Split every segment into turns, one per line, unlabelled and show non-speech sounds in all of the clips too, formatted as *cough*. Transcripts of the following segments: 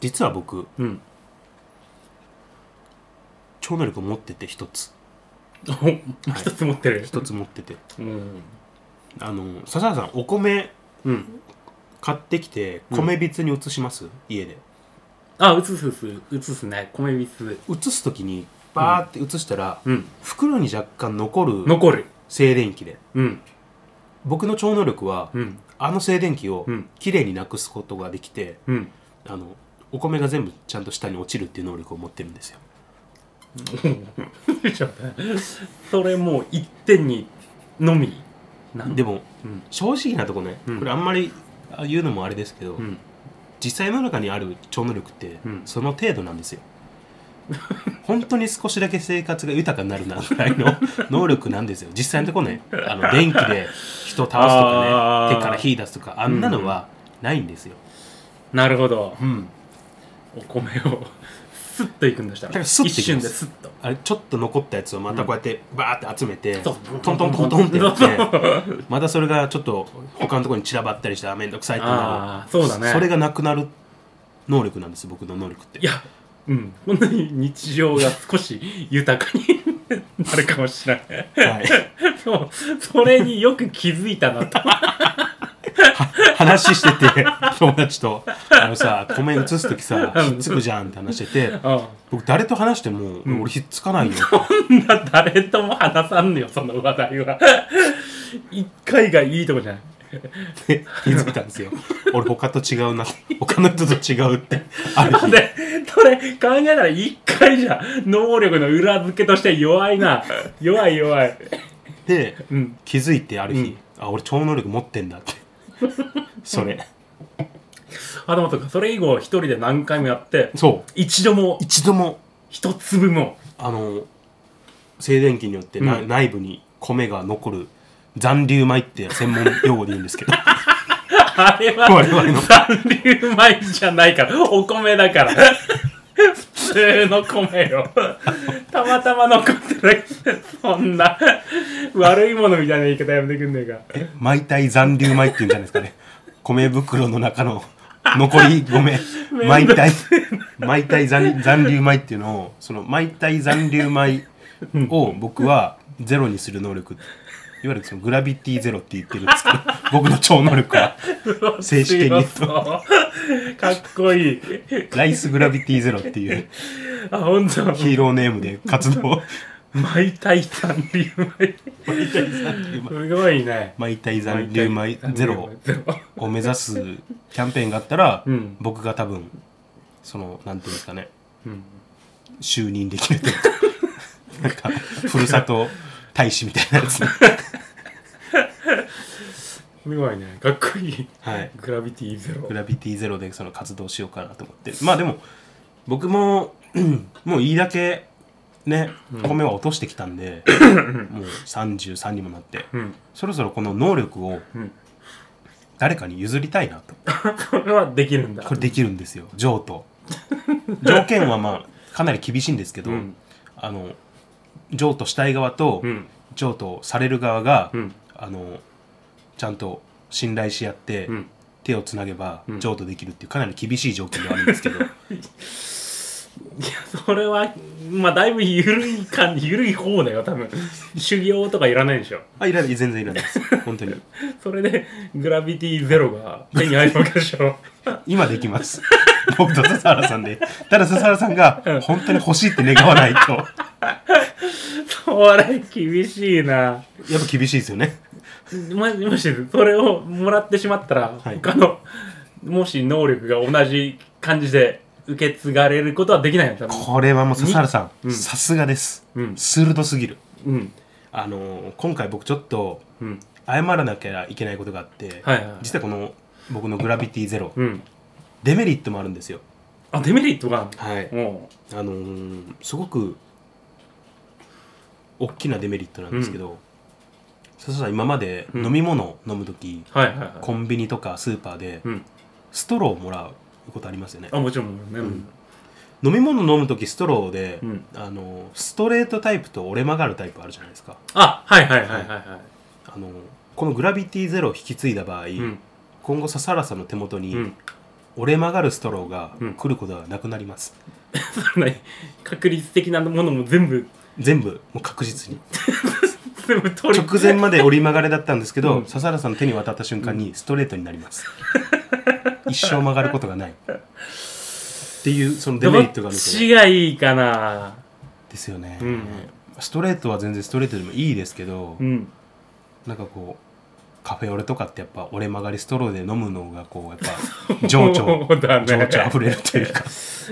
実は僕
うん
超能力持ってて一つ
お *laughs* 一つ持ってる
一つ持ってて
うん
あの笹原さんお米
うん
買ってきて
うん
米びつに移します、家で
あ移す移す移すね米びつ
移す時にバーって移したら、
うん
袋に若干残る
残る
静電気で
うん
僕の超能力は、
うん
あの静電気を
うん
きれいになくすことができて、
うん
あのお米が全部ちゃんと下に落ちるっていう能力を持ってるんですよ
ちょっとそれもう一点にのみなん
でも
うん
正直なとこね、
うん
これあんまりあ言うのもあれですけど、
うん
実際の中にある超能力って、
うん
その程度なんですよ本当に少しだけ生活が豊かになるなぐら
*laughs*
いの能力なんですよ実際のとこねあの電気で人倒すとか
あ
ね
ー
手から火出すとかあんなのはないんですよ、
なるほど
うん
お米をスッといくんだした
だかららスッといきます
一瞬でスッと
あれちょっと残ったやつをまたこうやってバーって集めて、
そう
トントントントンってやっ
そう *laughs* そ
てまたそれがちょっと他のところに散らばったりしてあめんどくさいってな
あーそうだね
それがなくなる能力なんです僕の能力って
いやうん本当に日常が少し豊かになるかもしれない
はい、
*laughs* そうそれによく気づいたなと *laughs*
話して *laughs* て友達とあのさ米移す時さ
*laughs* うん
ひっつくじゃんって話してて
あ
僕誰と話しても、
うん
俺ひっつかないよ
あんな誰とも話さんのよその話題は一回がいいとこじゃない *laughs*
って気づいたんですよ俺他と違うな他の人と違うってある日
で、それ考えたら一回じゃ能力の裏付けとして弱いな。弱い弱い。
で
うん。
気づいてある日、
うん
あ俺超能力持ってんだって
*laughs*
それ
あともとか、それ以後一人で何回もやって、
そう
一度も、
一度も
一粒も。
あの静電気によってな、
うん
内部に米が残る残留米って専門用語で言うんですけど
あれは
我々の
残留米じゃないから、お米だから。普通の米よ。たまたま残ってる。そんな、悪いものみたいな言い方やめてくんねえか。
え毎体残留米っていうんじゃないですかね米袋の中の残り
*laughs*
米
めんどくせえ
毎体毎体残残留米っていうのをその毎体残留米を僕はゼロにする能力いわゆるそのグラビティゼロって言ってるんですけど *laughs* 僕の超能力は正式に言うと
そうかっこいい。
ライスグラビティゼロっていう
あ、ほんと。
ヒーローネームで活
*laughs*
動
毎体残留米すごいね
毎体残留米ゼロ
ゼロ
を目指すキャンペーンがあったら、
うん
僕が多分そのなんていうんですかね
うん
就任できるというか *laughs* なんかふるさと大使みたいなや
*laughs*
つね
すごいねかっこいい
はい
グラビティゼロ
グラビティゼロでその活動しようかなと思ってまあでも僕も *clears throat* うんもういいだけね米は落としてきたん
*laughs*
で、もう33にもなって、
うん
そろそろこの能力を
うん
誰かに譲りたいなと
これはできるんだ
これできるんですよ譲渡 *laughs* 条件はまあかなり厳しいんですけど、
うん
あの譲渡したい側と
うん
譲渡される側が、
うん
あのちゃんと信頼し合って、
うん
手をつなげば
ん
譲渡できるっていうかなり厳しい条件ではあるんですけ
*laughs*
ど
いやそれはまあだいぶ緩い感じ緩い方だよ多分修行とかいらないでしょ
あいらない全然いらない
*laughs*
です本当に
それでグラビティゼロが手に入るわけでしょ
今できます僕と笹原さんでただ笹原さんが本当に欲しいって願わ
*laughs*
ないと
それ厳しいな
やっぱ厳しいですよね
ま、もしそれをもらってしまったら、
はい
他のもし能力が同じ感じで受け継がれることはできないよ多分
これはもう笹原さん
うん
さすがです、
うん
鋭すぎる
うん
あの今回僕ちょっと
うん
謝らなきゃいけないことがあって、
はいはい
実はこの僕のグラビティゼロ、
うん
デメリットもあるんですよ
あデメリットが
はい
あるも
あのーすごく大きなデメリットなんですけど、笹原さん今まで
うん
飲み物を飲む時、
うはいはいはい
コンビニとかスーパーで
うん
ストローをもらうことありますよね
あもちろんもちろんね
飲み物飲む時ストローで、
うん
あのーストレートタイプと折れ曲がるタイプあるじゃないですか
あはいはいはいはいは
あのーこのグラビティゼロを引き継いだ場合、
いうん
今後笹原さんの手元
う
に
ん
折れ曲がるストローが来ることはなくなります、
そんな確率的なものも全部
全部もう確実に
全部取り
直前
*laughs*
まで折り曲がれだったんですけど、
うん
笹原さんの手に渡った瞬間にストレートになります、一生曲がることがないっていうそのデメリットがあ
ど
ると
っちがいいかな
ですよね、
うん
ストレートは全然ストレートでもいいですけど、
うん
なんかこうカフェオレとかってやっぱ折れ曲がりストローで飲むのがこうやっぱ情緒
*laughs* そうだね
情緒あふれるというか、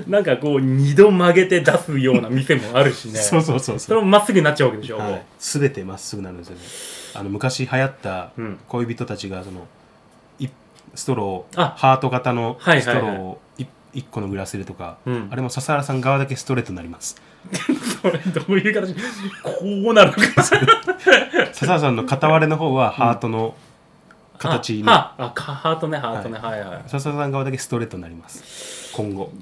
なんかこう二度曲げて出すような店もあるし
*laughs*
ね
そうそうそう
そ
そ
れ
う
もまっすぐになっちゃうわけで *laughs* しょ、
はい、全てまっすぐなるんですよねあの昔流行った
うん
恋人たちがそのいストロー
あ
ハート型の
はい
スト
はいはい
ローを1個のグラス入れとか、
うん
あれも笹原さん側だけストレートになります *laughs*
それどういう形こうなるのか
笹原さんの片割れの方はハートの形の、
*laughs* あああハートねハートね、はい、はい
笹原さん側だけストレートになります今後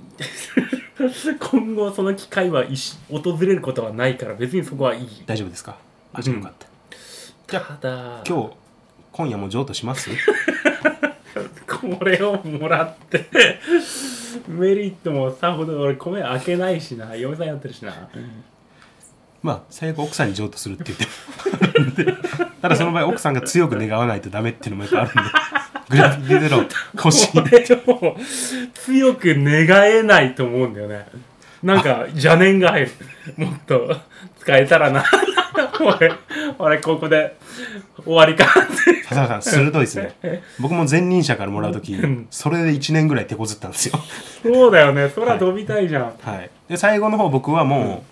今後その機会は一訪れることはないから別にそこはいい
大丈夫ですかあじゃあよかった、じゃあ
ただ
今日今夜も譲渡します
これをもらってメリットもさほど俺米開けないしな嫁さんやってるしな
まあ最悪奥さんに譲渡するって言ってもあるんで *laughs* ただその場合奥さんが強く願わないとダメっていうのもやっぱあるんでグラフィックゼロ欲しい
これを強く願えないと思うんだよねなんか邪念が入るもっと使えたらな俺俺ここで終わりかって
笹原さん鋭いですね僕も前任者からもらう時
ん
それで1年ぐらい手こずったんですよ
そうだよね空飛びたいじゃん、
はいで最後の方僕はもう,、も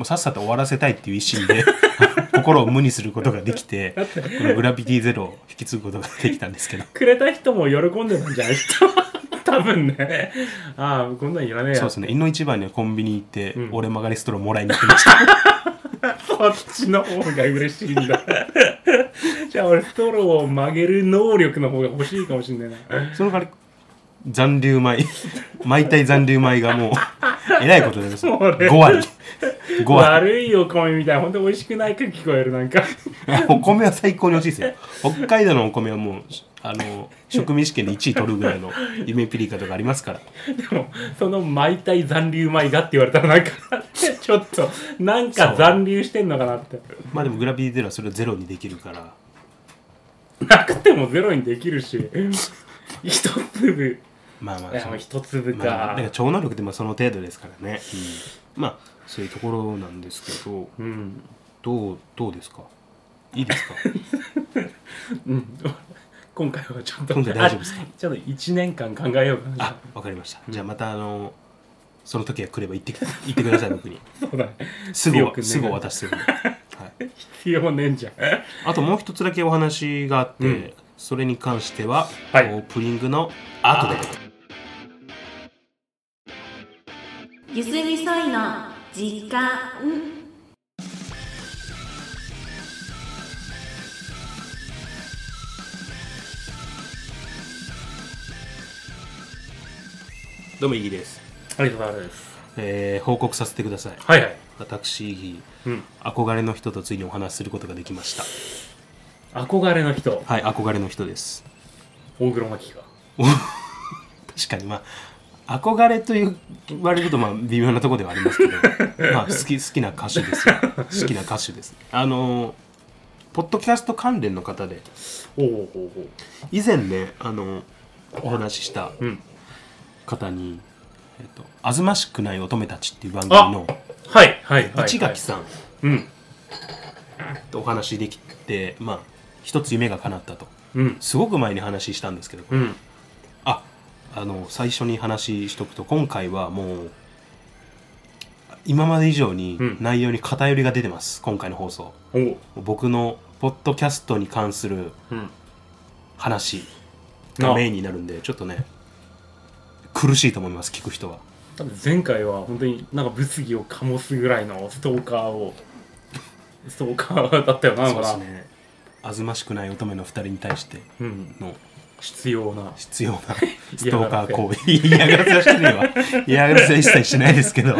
うさっさと終わらせたいっていう一心で *laughs* 心を無にすることができてこのグラビティゼロを引き継ぐことができたんですけど
くれた人も喜んでたんじゃない多分ねああこんなんいらねえや
そうですね井の一番にはコンビニ行って、
うん
俺曲がりストローもらいに行きました
そっちの方が嬉しいんだ。 *laughs* じゃあ俺、ストローを曲げる能力の方が欲しいかもしれないな。
その代わり残留米毎体残留米がも
*laughs*
うえらいことになります
もうね
5割5割
悪いお米みたいな、ほんと美味しくないか聞こえる、なんか。 *laughs*
お米は最高に美味しいですよ北海道のお米はもうあの食味試験で1位取るぐらいの夢ピリカとかありますから
でも、その毎体残留米がって言われたら、なんか、 *laughs* ちょっと、なんか残留してんのかなって。
まあでもグラビーゼロはそれをゼロにできるから
なくてもゼロにできるし、一粒。
まあま
い
あ
や
そ
もう
の
一粒
まあだ
か
から。超能力ってまあその程度ですからね、うんまあそういうところなんですけど
うん。
どうどうですかいいですか
うん。 *laughs* 今回はちょっと、
今回大丈夫ですか
あちょっと1年間考えようかな
あ。わかりました、じゃあまたあのその時が来れば行ってき *laughs* 行ってください僕に
そうだね。
すぐ
強く願う
すぐお渡しするんで、はい、
*laughs* 必要ねえんじゃん。
あともう一つだけお話があって、
うん
それに関しては、
はい
オープニングの後で
ゆすみそいの時間
どうもイギです、
ありがとうございます。
えー報告させてください
はいはい。
私イギ
うん。
憧れの人とついにお話しすることができました
憧れの人、
はい憧れの人です
大黒摩季が。
*laughs* 確かにまあ憧れと言われるとまあ微妙なところではあります
*laughs*
けどまあ好き好きな歌手ですよ好きな歌手ですあのーポッドキャスト関連の方で
おうおうおうおう。
以前ねあのお話しした
うん。
方に「えっと、あずましくない乙女たち」っていう番組の
はいはいはい。
市垣さん
うん。
とお話しできて、まあ一つ夢が叶ったと
うん。
すごく前に話したんですけど、
うん。
ああの最初に話しとくと今回はもう今まで以上に
うん
内容に偏りが出てます、今回の放送
おう。
僕のポッドキャストに関する
うん。
話がメインになるんでちょっとね苦しいと思います聞く人は
多分前回は本当になんか物議を醸すぐらいのストーカーを、ストーカーだったよな、なんかな
そうですねあずましくない乙女の2人に対して
うん。
の
必要な。
必 *laughs* 要なストーカー行為嫌がらせはしてねえわ嫌がらせは一切しないですけ *laughs* ど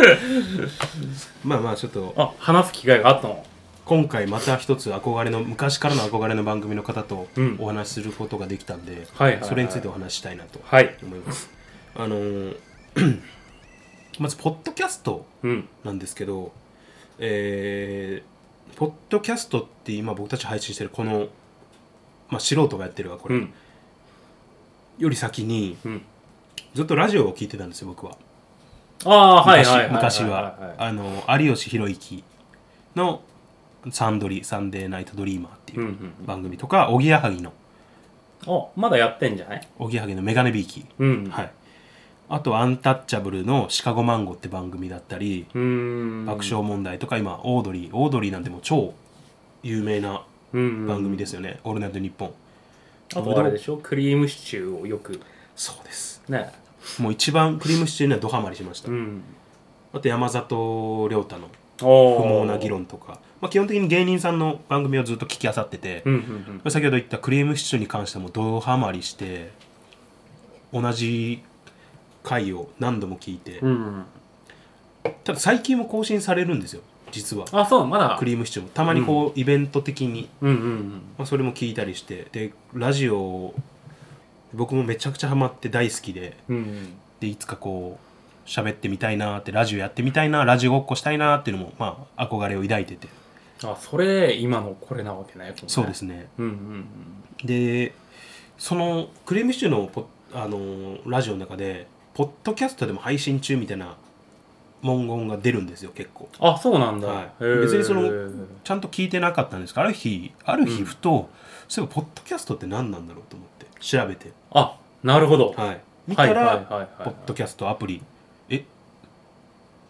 まあまあちょっと
あ、話す機会があったの。
今回また一つ憧れの昔からの憧れの番組の方と
うん
お話しすることができたんで、
はいはいはい
それについてお話ししたいなと
はい。
思います、あのー *clears throat* まずポッドキャスト
うん
なんですけどえーポッドキャストって今僕たち配信してるこの、まあ、素人がやってるわこ
う
れ、
ん
より先に
うん
ずっとラジオを聞いてたんですよ僕は
ああーはい
昔
はいい
昔
い
は
はい
あの有吉弘行の「サンドリサンデーナイトドリーマー」って
うんう
いうん番組とかおぎやはぎの
あまだやってんじゃない
おぎやはぎのメガネビーキ
うん
はいいあと「アンタッチャブル」の「シカゴマンゴ」って番組だったり
うーん
爆笑問題とか今オードリーオードリーなんてもう超有名な番
番
組ですよね「オールナイトニッポン
あとあれでしょクリームシチューをよく」
そうです
ね
もう一番クリームシチューにはドハマりしました
ん
あと山里亮太の「
不
不毛な議論」とか、まあ、基本的に芸人さんの番組をずっと聞きあさってて、
うんうん
先ほど言ったクリームシチューに関してもドハマりして同じ回を何度も聞いて、
うんうん
ただ最近も更新されるんですよ実は
あそうまだ
クリームシチューもたまにこう、イベント的に、
うんうんうん
まあ、それも聞いたりしてでラジオを僕もめちゃくちゃハマって大好きで
うんうん
でいつかこう喋ってみたいなってラジオやってみたいなラジオごっこしたいなっていうのもまあ憧れを抱いてて
あそれ今のこれなわけない
そうです
ね
ね
うんうん
でそのクレームシチューのポあのーラジオの中でポッドキャストでも配信中みたいな文言が出るんですよ結構
うんあそうなんだ、
はい
へー
別にそのちゃんと聞いてなかったんですけどある日ある日ふと、そういえばポッドキャストって何なんだろうと思って調べて、
あなるほど、
はい、見
は
た
い
ら、
はいはいはい
ポッドキャストアプリえ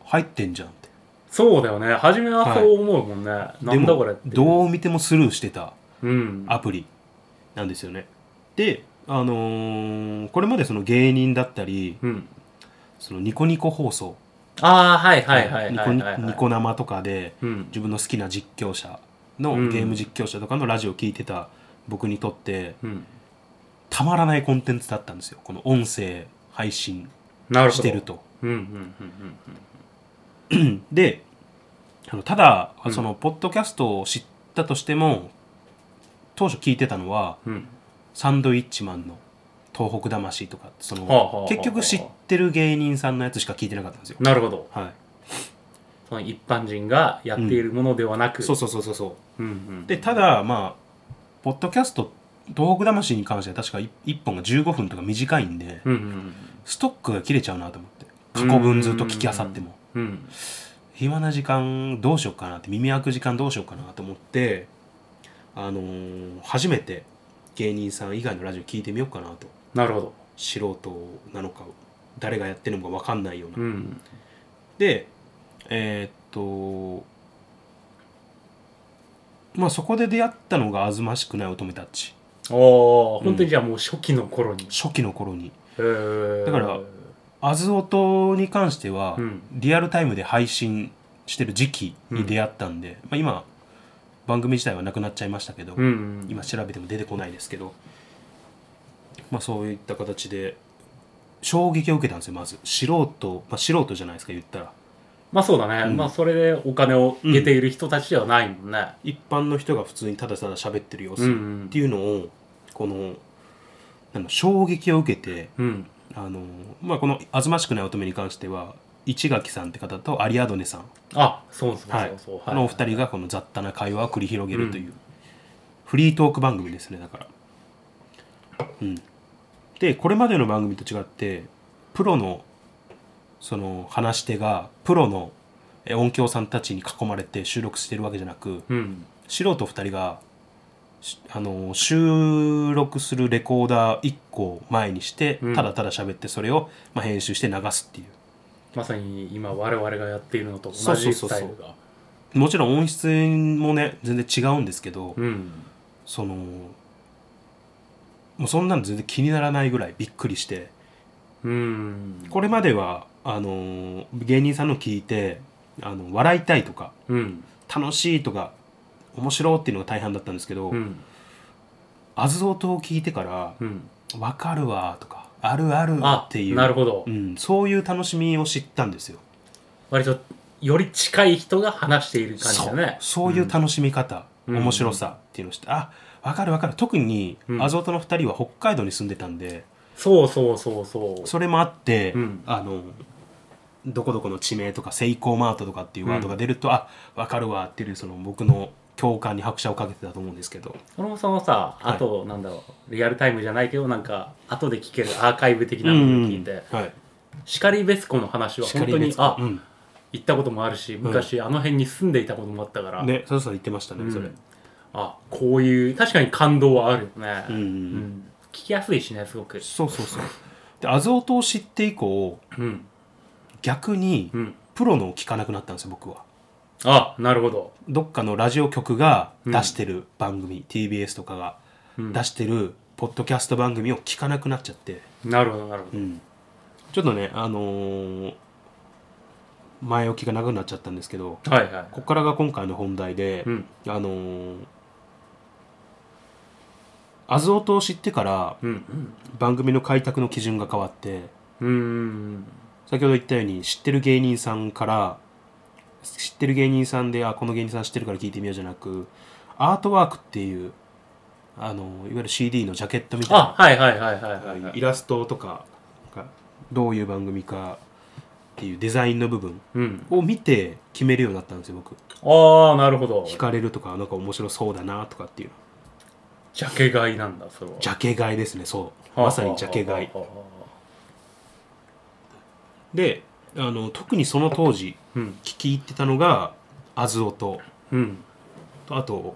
入ってんじゃんって
そうだよね初めはそう思うもんね、なんだこれって
でもどう見てもスルーしてた
うん
アプリなんですよねであのーこれまでその芸人だったり、
うん
そのニコニコ放送、
ああはいはいはい
ニ
は
コ
い
ニ
はい
ニコ生とかで
うん
自分の好きな実況者の、
うん
ゲーム実況者とかのラジオを聞いてた僕にとって
うん
たまらないコンテンツだったんですよこの音声配信
なるほ
し
ど
てると。
うんうんうん
であのただ、
うん
そのポッドキャストを知ったとしても当初聞いてたのは
うんうん
サンドイッチマンの「東北魂」とかその、
はあはあはあはあ
結局知ってる芸人さんのやつしか聞いてなかったんですよ。
なるほど
はい、
その一般人がやっているものではなく、
そうそうそうそうそう
うんうん
でただまあポッドキャスト東北魂に関しては確かい1本が15分とか短いんで、
うんうん
ストックが切れちゃうなと思って過去分ずっと聞きあさっても
うんうん
暇な時間どうしようかなって耳開く時間どうしようかなと思ってあのー初めて芸人さん以外のラジオ聞いてみようかなと
なるほど
素人なのか誰がやってるのか分かんないような、
うん
でえーっとまあそこで出会ったのが「あずましくない乙女たち」
おお、本当にじゃあもう初期の頃に、
初期の頃に
へー
だからアズオトに関しては、
うん
リアルタイムで配信してる時期に出会ったんで、まあ、今番組自体はなくなっちゃいましたけど、
うんうん
今調べても出てこないですけど、まあ、そういった形で衝撃を受けたんですよまず素人、まあ、素人じゃないですか言ったら
まあそうだね、
うん
まあそれでお金を得ている人たちではないもんね
一般の人が普通にただただ喋ってる様子
う
っ
んうん
ていうのをこのなんだ衝撃を受けて
うん
あの、まあ、この「あずましくない乙女」に関しては市垣さんって方とアリアドネさん
あそうそう
は
そ
いう
そう、
あのお二人がこの雑多な会話を繰り広げるという、フリートーク番組ですねだから。うん、でこれまでの番組と違ってプロのその話し手がプロのえ音響さんたちに囲まれて収録してるわけじゃなく
うん
素人2人がしあの収録するレコーダー1個を前にして
うん
ただただ喋ってそれを、まあ、編集して流すっていう
まさに今我々がやっているのと
そ
同
うそう
じ
そうそう
スタイルが
もちろん音質もね全然違うんですけど、
うん
そのもうそんなの全然気にならないぐらいびっくりして
うん
これまではあの芸人さんの聞いてあの笑いたいとか
うん
楽しいとか面白いっていうのが大半だったんですけど、
うん
あずおとを聞いてから
うん
「わかるわ」とか「あるある」
あ
っていう
なるほど、
うん、そういう楽しみを知ったんですよ
割とより近い人が話している感じだね
そうそういう楽しみ方、
うん
面白さっていうのを知ってあわかるわかる特に
うん
あずおとの2人は北海道に住んでたんで、
そうそうそうそう
それもあって、
うん
あのどこどこの地名とかセイコーマートとかっていうワードが出ると、あわかるわっていうその僕の共感に拍車をかけてたと思うんですけど
俺もそのさ
はい
あと、なんだろうリアルタイムじゃないけどなんか後で聞けるアーカイブ的なのを聞いて、
うんはい、
シカリベスコの話は本当に
しか
あ、
り別
行ったこともあるし昔、あの辺に住んでいたこともあったから、
うん、ね、そうそう言ってましたね、
うん
それ。
あこういう確かに感動はあるよね、
うん
ん聞きやすいしねすごく
そうそうそう。で、アズオトを知って以降、
うん
逆に
うん
プロのを聞かなくなったんですよ、僕は。
あなるほど、
どっかのラジオ局が出してる番組、TBS とかが
うん
出してるポッドキャスト番組を聞かなくなっちゃって、
なるほどなるほど、
ちょっとね、あのー前置きが長くなっちゃったんですけど、
はいはい
ここからが今回の本題で、
うん
あのーアズオトを知ってから
うん
番組の開拓の基準が変わって、
うんうん
先ほど言ったように知ってる芸人さんから知ってる芸人さんであこの芸人さん知ってるから聞いてみようじゃなくアートワークっていうあのいわゆる CD のジャケットみたい
あ
な
はいはいはいはいはい、はい
イラストとかがどういう番組かっていうデザインの部分
うん、
を見て決めるようになったんですよ僕
ああなるほど
惹かれるとかなんか面白そうだなとかっていう
ジャケ買いなんだそれは
ジャケ買いですねそう
はあ
まさにジャケ買い
はあはあはあは
であの特にその当時
あうん
聞き入ってたのがアズオと
うん
とあと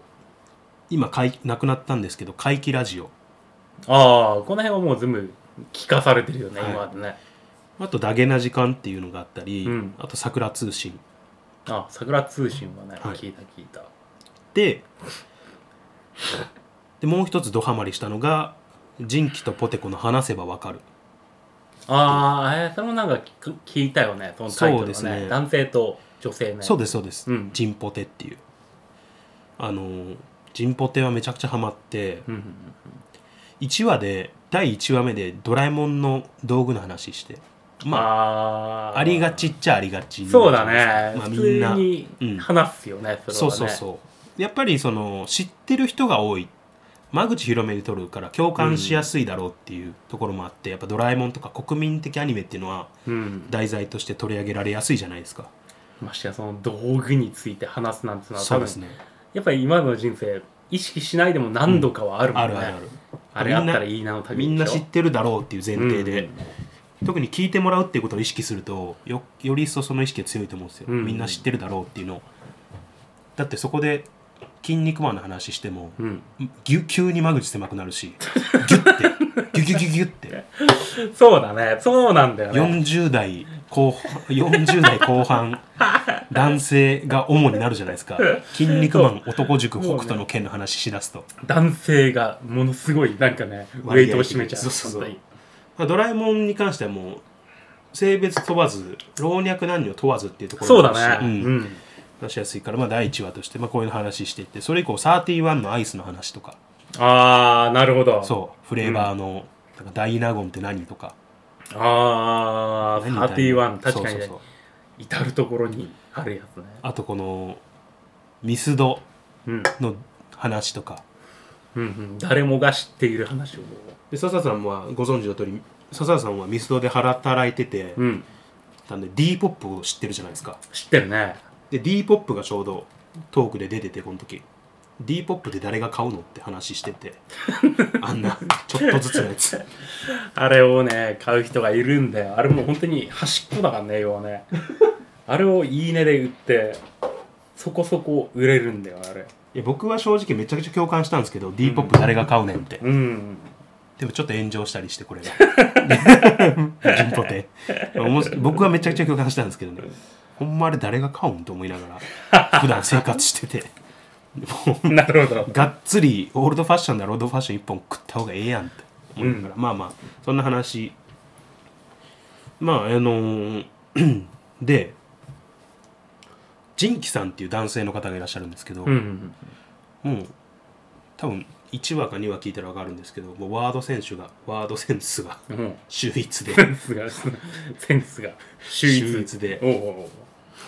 今かいなくなったんですけど怪奇ラジオ
ああこの辺はもう全部聞かされてるよね、
はい
今までね
あと「ダゲな時間」っていうのがあったり、
うん
あと「桜通信
あ桜通信はね、
はい
聞いた聞いた
で」でもう一つドハマりしたのが「人気とポテコの話せばわかる
ああ、えーそれもなんか聞く聞いたよねそのタイトル
そうで
は
す
ね
ね
男性と女性」ね
そうですそうです「
うん
人ポテ」っていうあのー人ポテはめちゃくちゃハマって、
うんうん
1話で第1話目でドラえもんの道具の話して
うん、
まあ
あー
ありがちっちゃありがち
そうだね、
まあ、
普
みん
通
な
に話すよね、それはね
そうそうそうやっぱりその知ってる人が多い間口広めに撮るから共感しやすいだろうっていうところもあって、やっぱ「ドラえもん」とか国民的アニメっていうのは
う、ん、
題材として取り上げられやすいじゃないですか
ましてやその道具について話すなんてのは
そ
多
うで
分
すね
やっぱり今の人生意識しないでも何度かはあるも
あ
んね、
るあるある
あれあったらいいなのため
みんな知ってるだろうっていう前提で、
うん
特に聞いてもらうっていうことを意識するとよより一層その意識が強いと思うんですよ、
うん
みんな知ってるだろうっていうのをだってそこで「筋肉マン」の話しても、
うん、
ぎゅ急に間口狭くなるしギュッてギュギュギュギュって
そうだねそうなんだよね
40代後半40代後半男性が主になるじゃないですか「筋肉マン男塾北斗の拳」の話しだすと、
男性がものすごいなんかねウェイトを占めちゃう
そうそうそう
本
ドラえもんに関してはもう性別問わず老若男女問わずっていうと
当
こ
に
ろ
そう
もあ
だ
る
ね、
し
うん
うん出しやすいから、まあ、第1話として、まあ、こういう話していってそれ以降31のアイスの話とか
ああなるほど
そうフレーバーの、なんかダイナゴンって何とか何ダイナゴン
ああ31確かに
そうそ
ね
うそう
至る所にあるやつね
あとこのミスド
うん、
の話とか
うんうん、誰もが知っている話を
で笹さんはご存知の通り笹田さんはミスドで働いてて、
うん
なんで D ポップを知ってるじゃないですか
知ってるね
で D ポップがちょうどトークで出ててこの時 D ポップで誰が買うのって話して *laughs* てあんなちょっとずつのやつ
あれをね買う人がいるんだよあれもう本当に端っこだからね要はねあれをいいねで売ってそこそこ売れるんだよあれ
いや僕は正直めちゃくちゃ共感したんですけど D ポップ誰が買うねんって、
うん *laughs*
でもちょっと炎上したりしてこれが人ポテおもし僕はめちゃくちゃ共感したんですけどねほんまあれ誰が買うんと思いながら普段生活しててもう
なるほど
がっつりオールドファッションならオールドファッション一本食った方がええやんって思いながら、まあまあそんな話まああの *clears throat* ーでジンキさんっていう男性の方がいらっしゃるんですけど、
うんうん
もう多分1話か2話聞いたら分かるんですけどもうワード選手がワードセンスが
うんうん
秀逸で *laughs*
センスがセンスが秀逸
秀逸で
おうおうおう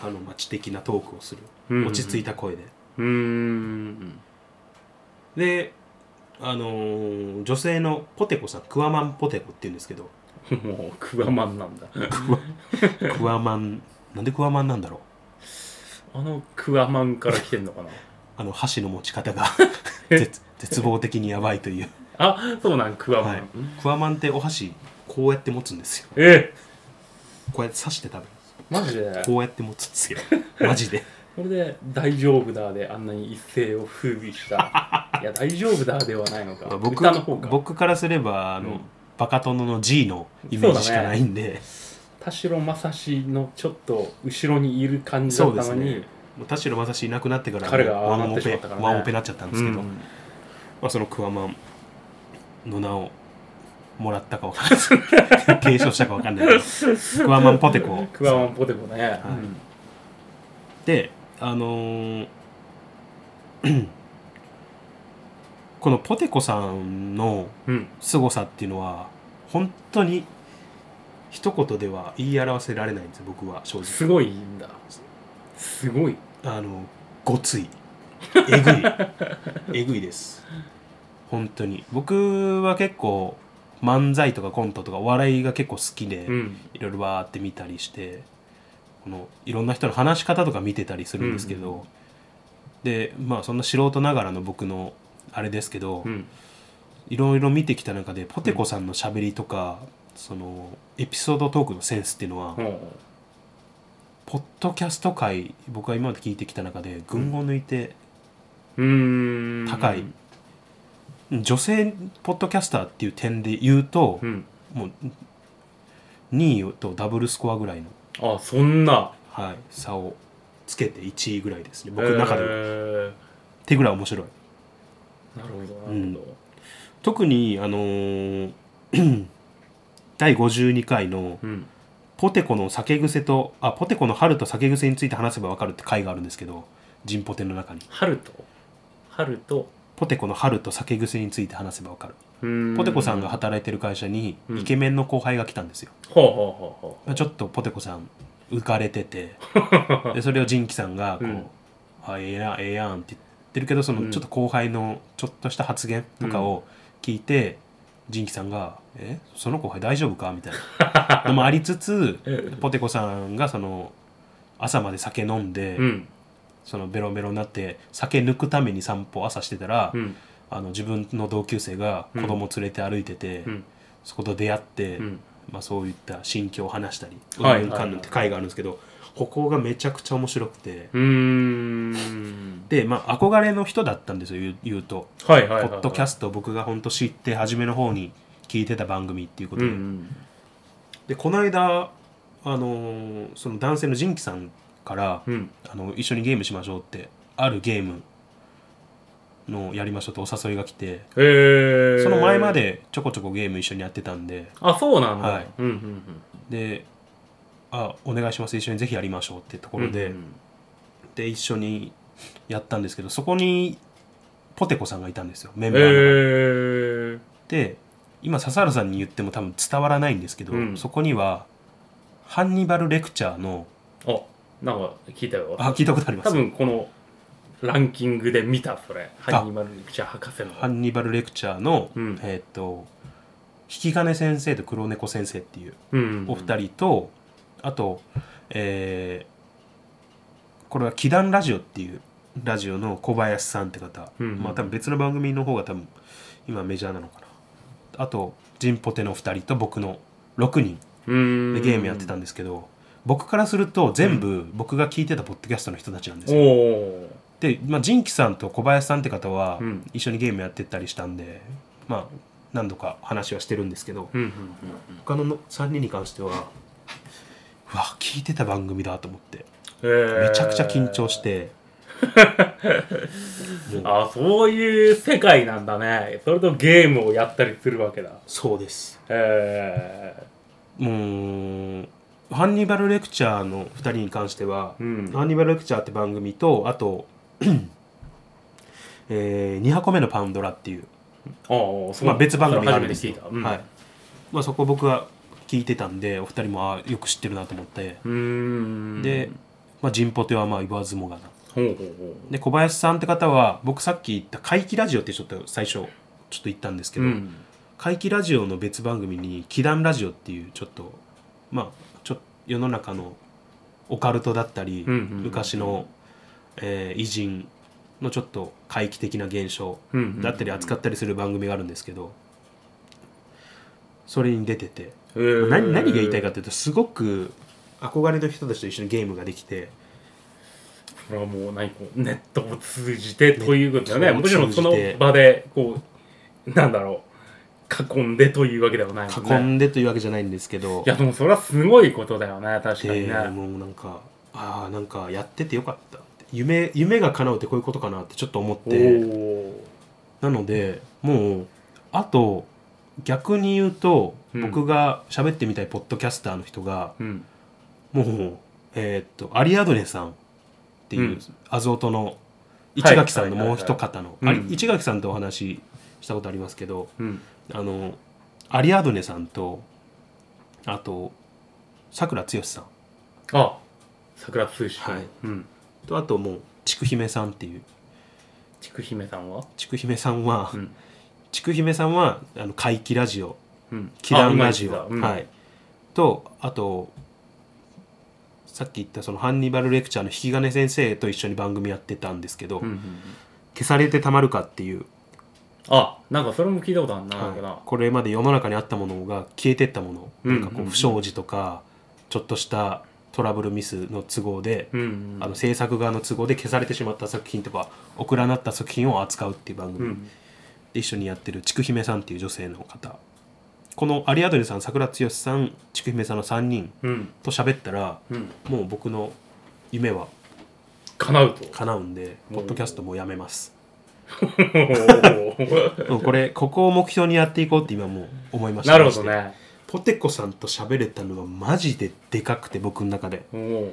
あの知的なトークをす
うんうん
る落ち着いた声で、
うーん
であのー女性のポテコさんクワマンポテコって言うんですけど
もうクワマンなんだ
クワマンなんでクワマンなんだろう
あのクワマンから来てんのかな
あの箸の持ち *laughs* 方が絶絶望的にやばいという、
あそうなんクワマン、
はい、クワマンってお箸こうやって持つんですよ
え
こうやって刺して食べる
マジで
こうやって持つん *laughs* ですよマジで
それで「大丈夫だ」であんなに一世を風靡した *laughs* いや「大丈夫だ」ではないのか
僕
歌の方か
僕からすればあの、
うん
バカ殿の G のイメージしかないんで、
田代正史のちょっと後ろにいる感じだったの
そうです
に
ねもう田代正史いなくなってから
彼が
ワン
なっ
オ
てしま
ペ、
ったからね
ワンオペになっちゃったんですけど、
うん
まあ、そのクワマンの名をもらったかわかんないです *laughs* けど継承したかわかんないですけどクワマンポテコ
クワマンポテコね、うん
であのー *clears throat* このポテコさんの
うん、
凄さっていうのは本当に一言では言い表せられないんですよ僕は正
す
直
ごいんだすごい
あのごついえ
*laughs*
ぐいえぐいです本当に僕は結構漫才とかコントとかお笑いが結構好きで、
うん
いろいろわーって見たりしてこのいろんな人の話し方とか見てたりするんですけど、
うん
でまあそんな素人ながらの僕のあれですけど、
うん
いろいろ見てきた中でポテコさんのしゃべりとか、そのエピソードトークのセンスっていうのは、
うん
ポッドキャスト界僕が今まで聞いてきた中で群を抜いて
うーん
高い、女性ポッドキャスターっていう点で言うと
う、ん
もう2位とダブルスコアぐらいの、
あそんな
はい、差をつけて1位ぐらいですね僕の中では。
へー
ってぐらい面白い
なるほど
う
なる
ん
ほど
特にあのー *clears throat* 第52回の
うん
ポテコの酒癖とあポテコの春と酒癖について話せばわかるって回があるんですけど人ポテの中に
春と春と
ポテコの春と酒癖について話せばわかるポ
ポ
テコさんが働いてる会社に
うん
イケメンの後輩が来たんですよ、
ほうほうほうほう
まあちょっとポテコさん浮かれて
*laughs*
て *laughs* でそれをジンキさんがこう、
うん
あええやんええやんって言ってるけどそのちょっと後輩のちょっとした発言とかを聞いて、ジンキさんが「えその後輩大丈夫か?」みたい
*laughs*
なのもありつつ
うん
ポテコさんがその朝まで酒飲んで、
うん
そのベロベロになって酒抜くために散歩朝してたら、
うん
あの自分の同級生が子供連れて歩いてて、
うん
そこと出会って。
うん
まあ、そういった心境を話したり「
はい
うんぬんかんぬん」って回があるんですけどここがめちゃくちゃ面白くて
うーん
でまあ憧れの人だったんですよ言う言うと
はいはい
ポ
はいはい
ッドキャ
ス
ストを僕が本当知って初めの方に聞いてた番組っていうこと
う
で,、
ん
でこの間、あのーその男性のジンキさんから、
うんうん
あの「一緒にゲームしましょう」ってあるゲームのやりましょうってお誘いが来て
へー
その前までちょこちょこゲーム一緒にやってたんで
あそうなんだ
はい
うんうんうん
で「あお願いします一緒にぜひやりましょう」ってところで。
うんうん
で一緒にやったんですけどそこにポテコさんがいたんですよメンバーの、
へえ
で今笹原さんに言っても多分伝わらないんですけど、
うん
そこにはハンニバルレクチャーの
あなんか聞いたよ
あ聞いたことありま
多
す
分このランキングで見たそれハンニバル・レクチャー博士の
ハンニバルレクチャーの、
うん
えーっと引き金先生と黒猫先生っていう
うん
お二人と、あと、えーこれは「祈願ラジオ」っていうラジオの小林さんって方、
うんうん
まあ多分別の番組の方が多分今メジャーなのかなあとジンポテの二人と僕の6人
人
でゲームやってたんですけど、僕からすると全部僕が聞いてたポッドキャストの人たちなんです
お
よ、
お
で、まあ、ジンキさんと小林さんって方は
うん
一緒にゲームやってたりしたんでまあ何度か話はしてるんですけど、
うんうん
他の3人に関してはうわ聞いてた番組だと思って
うんうん
めちゃくちゃ緊張して、もう
あそういう世界なんだねそれとゲームをやったりするわけだ
そうです
へ
もうハンニバルレクチャーの2人に関しては、
えうん
ハンニバルレクチャーって番組とあと、 *clears throat* えー2箱目のパウンドラっていう、
ああそう
まあ、別番組があ
初
るん
め
で
て
す
聞い
よ
たうん
はいまあ、そこ僕は聞いてたんでお二人もあーよく知ってるなと思って、
うーん
で、まあ、ジンポテはまあ言わずもがな
ほうほうほう
で小林さんって方は僕さっき言った怪奇ラジオってちょっと最初ちょっと行ったんですけ
う
ど、
ん
怪奇ラジオの別番組に「奇談ラジオ」っていうちょっとまあちょ世の中のオカルトだったり、
うんうんうん
昔の、えー偉人のちょっと怪奇的な現象
うんうんうん
だったり扱ったりする番組があるんですけど、それに出てて、
へー
何何が言いたいかっていうとすごく憧れの人たちと一緒にゲームができて
これはもう何こうネットを通じてということだよね
ネッ
も
トを通じ
ち
て
ろんその場でこうなんだろう囲んでというわけではないもん
囲
ね
んでというわけじゃないんですけど、
いやでもそれはすごいことだよね確かに
で
ね
もうなんかああなんかやっててよかったって夢夢が叶うってこういうことかなってちょっと思っ
お
て
お
なのでもうあと逆に言うと、
うん
僕が喋ってみたいポッドキャスターの人が
うん
もうえーっとアリアドネさんっていう、
うん
アゾートの
い
市垣さんのもう一方の、
はいはいはい
あ
うん
れ市垣さんとお話ししたことありますけど、
うん
あのアリアドネさんとあとさくら剛さん
あ桜通信
はい
うん
とあともうちくひめさんっていう
ちくひめさんは
ちくひめさんは、
うん
ちくひめさんはあの怪奇ラジオ
うん
奇談ラジ
あ
オ、
うまいやつだうん
はいとあとさっき言ったそのハンニバルレクチャーの引き金先生と一緒に番組やってたんですけど「
うんうんうん
消されてたまるか」っていう、
あなんかそれも聞いたことあるななんか
は
ない
これまで世の中にあったものが消えてったもの、
うん
なんか
う
こ
んう
うん不祥事とかちょっとしたトラブルミスの都合で、
うんうん
あの制作側の都合で消されてしまった作品とかオクラになった作品を扱うっていう番組、
うん
で一緒にやってるちくひめさんっていう女性の方この有アドネさん桜剛さんちくひめさんの3人
うん
と喋ったら
うん
もう僕の夢は
叶
*laughs*
うと
叶うんで
おー
ポッドキャストもうやめます
おー
うんこれここを目標にやっていこうって今もう思いました
なるほどね
ポテコさんと喋れたのはマジででかくて僕の中で
おお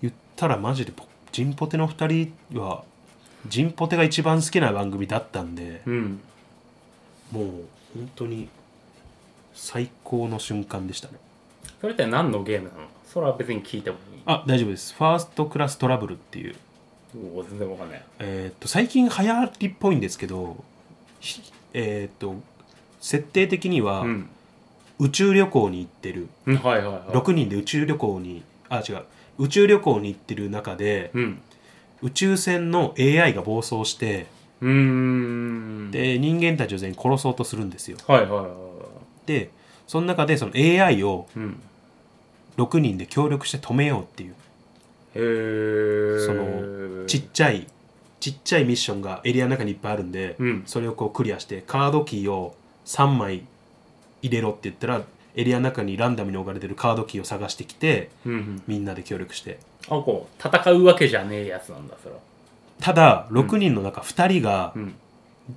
言ったらマジでポジンポテの2人はジンポテが一番好きな番組だったんで
うん
もう本当に最高の瞬間でしたね
それって何のゲームなのそれは別に聞いてもいい
あ大丈夫ですファーストクラストラブルっていう、
おお全然わかんない
えーっと最近流行りっぽいんですけどひえーっと設定的には
うん
宇宙旅行に行ってる、
うんはいはいはい
6人で宇宙旅行にあ違う宇宙旅行に行ってる中で
うん
宇宙船の AI が暴走して
うーん
で人間たちを全員殺そうとするんですよ
はいはいは
でその中でその AI を
いうん
6人で協力して止めようっていう
へえ
そのちっちゃいちっちゃいミッションがエリアの中にいっぱいあるんで、
うん
それをこうクリアしてカードキーを3枚入れろって言ったらエリアの中にランダムに置かれてるカードキーを探してきて
うんうん
みんなで協力して
あこう戦うわけじゃねえやつなんだそれは
ただ6人の中2人が、
うん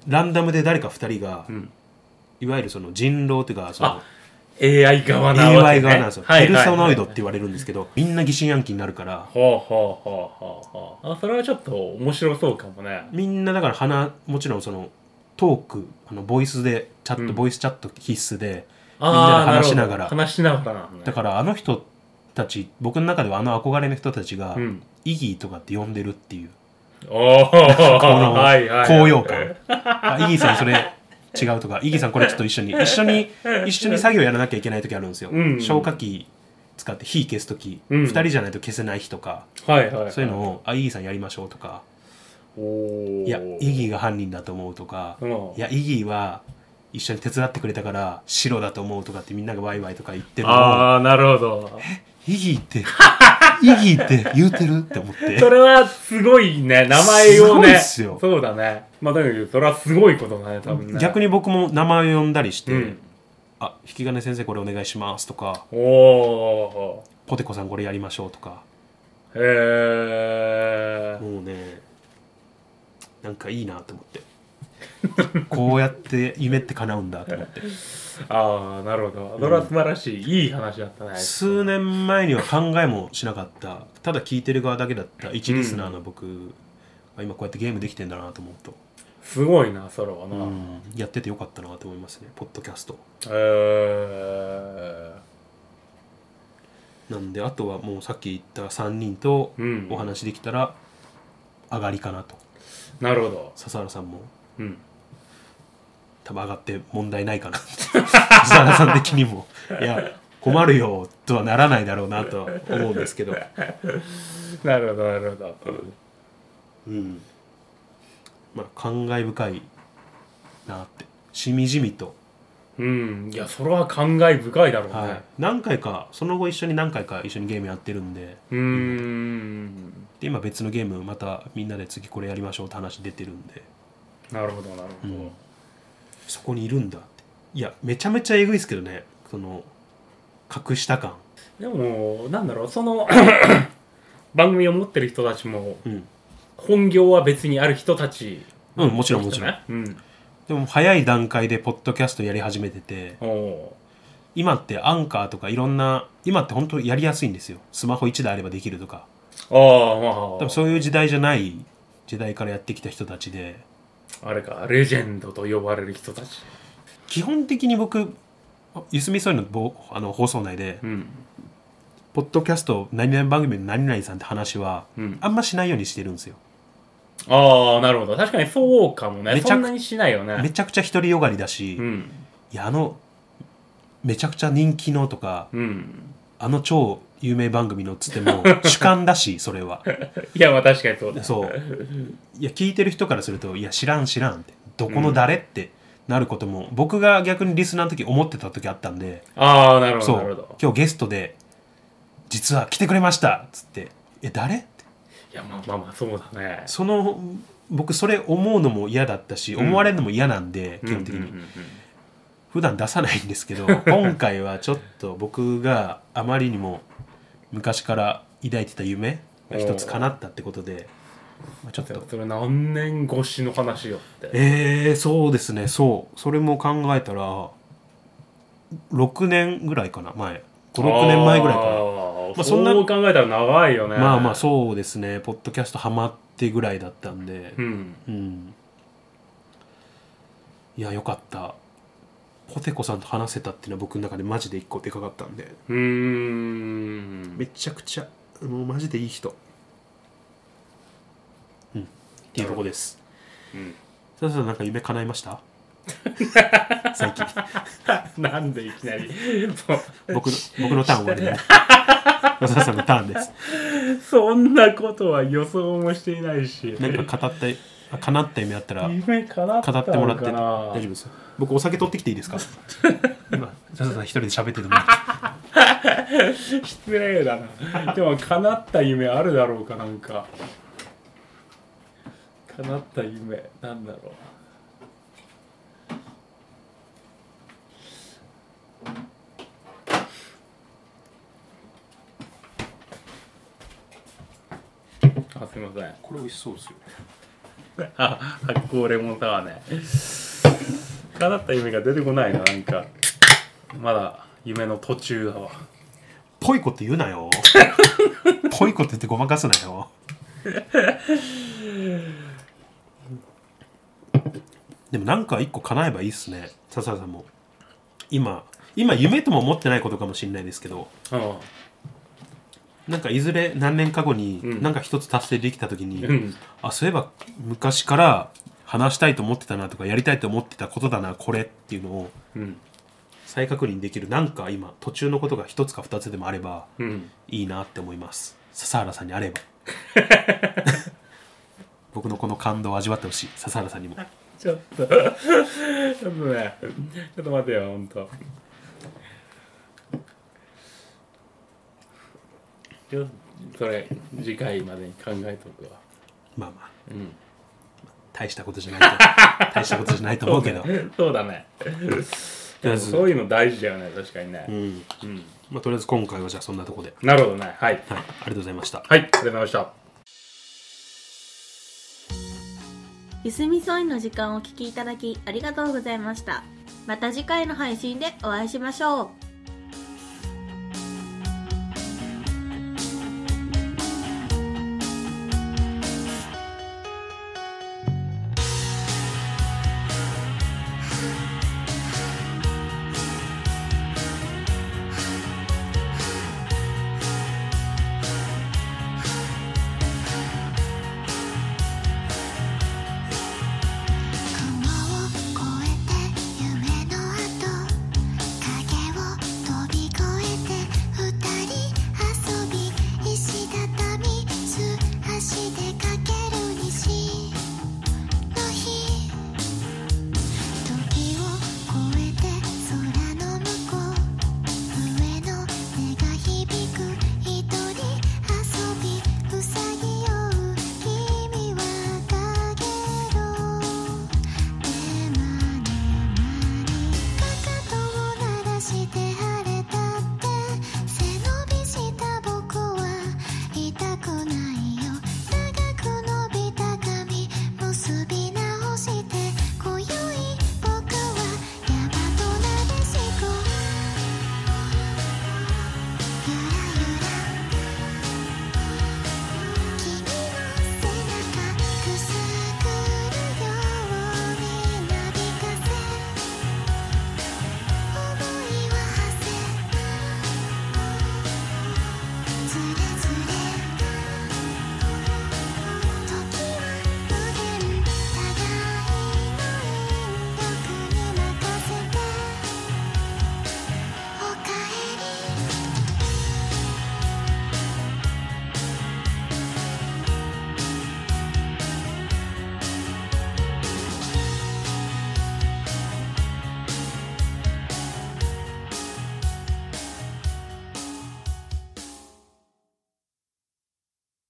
ランダムで誰か2人が、
うん
いわゆるその人狼というかその
あ AI 側なわけ
AI
ね
側なんですよ、
はいはい
ペルソナイドって
はい
言われるんですけどみんな疑心暗鬼になるから
ほうほうほうほうほうあそれはちょっと面白そうかもね
みんなだから鼻もちろんそのトークあのボイスでチャット、
うん
ボイスチャット必須で
あー
みんなで話
るほど
しながら
話しながらなんね
だからあの人たち僕の中ではあの憧れの人たちが、
うん
イギーとかって呼んでるっていう
おおはいはい
高揚感あイギーさんそれ違うと
*laughs*
かイギーさんこれちょっと一緒に一緒に一緒に作業やらなきゃいけない時あるんですよ、
うん
消火器使って火消す時、
う
二
ん
2人じゃないと消せない日とか、
はいはいはい
そういうのをあイギーさんやりましょうとか
おー
いやイギーが犯人だと思うとか、
うん
いやイギーは一緒に手伝ってくれたから白だと思うとかってみんながワイワイとか言ってるのを
ああなるほど
イギーってイギーって言うてるって思って
それはすごいね名前をね
すごいっすよ
そうだねまあだけどそれはすごいことだね多分ね
逆
に
に僕も名前を呼んだりして、
うん
あ引き金先生これお願いしますとか
おお
ポテコさんこれやりましょうとか
へえ
もうねなんかいいなと思
*laughs*
ってこうやって夢って叶うんだと思って
ああなるほどそれは素晴らしい、いい話だったね
数年前には考えもしなかったただ聞いてる側だけだった一リスナーの僕が今こうやってゲームできてんだなと思うと、
すごいなそれはな、
やっててよかったなと思いますねポッドキャスト
へえ
なんであとはもうさっき言った3人と
うん
お話できたら上がりかなと
なるほど
笹原さんも
うん
多分上がって問題ないかなって藤原さん的にもいや困るよとはならないだろうなとは思うんですけど、
なるほどなるほど、
うん、まあ感慨深いなってしみじみと、
うん、いやそれは感慨深いだろうね、
はい、何回かその後一緒に何回か一緒にゲームやってるんで
うーん
で今別のゲームまたみんなで次これやりましょうって話出てるんで
なるほどなるほど、
うんそこにいるんだっていやめちゃめちゃえぐいですけどねその格下感
でもなんだろうその *coughs* 番組を持ってる人たちも
うん、
本業は別にある人たち
うん、もちろんもちろん、
ねうん
でも早い段階でポッドキャストやり始めてて
おお
今ってアンカーとかいろんな今って本当やりやすいんですよスマホ1台あればできるとか
ーああ
多分そういう時代じゃない時代からやってきた人たちで
あれかレジェンドと呼ばれる人たち
基本的に僕ゆすみそういうのぼあの放送内で、
うん
ポッドキャスト何々番組の何々さんって話は、
うん
あんましないようにしてるんですよ
ああなるほど確かにそうかもね
めちゃく
そんなにしないよね
めちゃくちゃ独りよがりだし、
う
い
ん
やあのめちゃくちゃ人気のとか、
うん
あの超有名番組のっつって
*laughs*
も主観だしそれはい
やまあ確かにそうだ
そういや聞いてる人からすると「いや知らん知らん」って「どこの誰?」ってなることも僕が逆にリスナーの時思ってた時あったんで
ああなるほ
そ
どなるほ
う
ど
今日ゲストで「実は来てくれました」っつって「え誰?」って
いやまあまあまあそうだね
その僕それ思うのも嫌だったし、思われるのも嫌なんで基本的に、
うんうんうんうん
普段出さないんですけど今回はちょっと僕があまりにも昔から抱いてた夢が一つ叶ったってことで、まあちょっ
それ
と
それ何年越しの話よって
えー、そうですねそうそれも考えたら6年ぐらいかな前56年前ぐらい
あ
か
ー
まあ
そ
そんなん
な考えたら長いよね
なまあまあそうですねポッドキャストハマってぐらいだったんで
うん
うん、いやよかったポテコさんと話せたっていうのは僕の中でマジで一個でかかったんで
うーん
めちゃくちゃもうマジでいい人うんっていうとこです
うん
ささんなんか夢叶いました
*laughs*
最近
なんでいきなり
僕の僕のターン終わりでささんのターンです
そ *laughs* そんなことは予想もしていないし
なんか語ったあ叶った夢あったら
夢叶った
語
の
ってもらって
か
大
な
丈夫ですよ僕お酒取ってきていい
*laughs*
ですか今さささん一人で喋ってても
失礼だなでも叶った夢あるだろうかなんか叶った夢なんだろうあすいません
これ美味しそうですよ
あ発酵レモンサワーね叶った夢が出てこないななんかまだ夢の途中だわ
ぽいこと言うな *laughs* よぽいこと言ってごまかすなよでもなんか一個叶えばいいっすね笹原さんも今今夢とも思ってないことかもしれないですけど
うん
なんかいずれ何年か後に、
うん
なんか一つ達成できた時に、
うん
あそういえば昔から話したいと思ってたなとかやりたいと思ってたことだなこれっていうのを
うん
再確認できるなんか今途中のことが一つか二つでもあれば
うん
いいなって思います笹原さんにあ
*laughs*
れば僕のこの感動を味わってほしい笹原さんにも
ちょっとちょっとねちょっと待てよほんとちょそれ次回までに考えとくわ
まあまあ
うん
大したことじゃないと大したことじゃないと思うけど
*laughs* そうだね
りあえず
そういうの大事だよね確かにね
うん、
うん
まあ、とりあえず今回はじゃあそんなとこで、
なるほどねは
は
い
い、ありがとうございました
はいありがとうございました
ゆすみそいの時間をお聞きいただきありがとうございましたまた次回の配信でお会いしましょう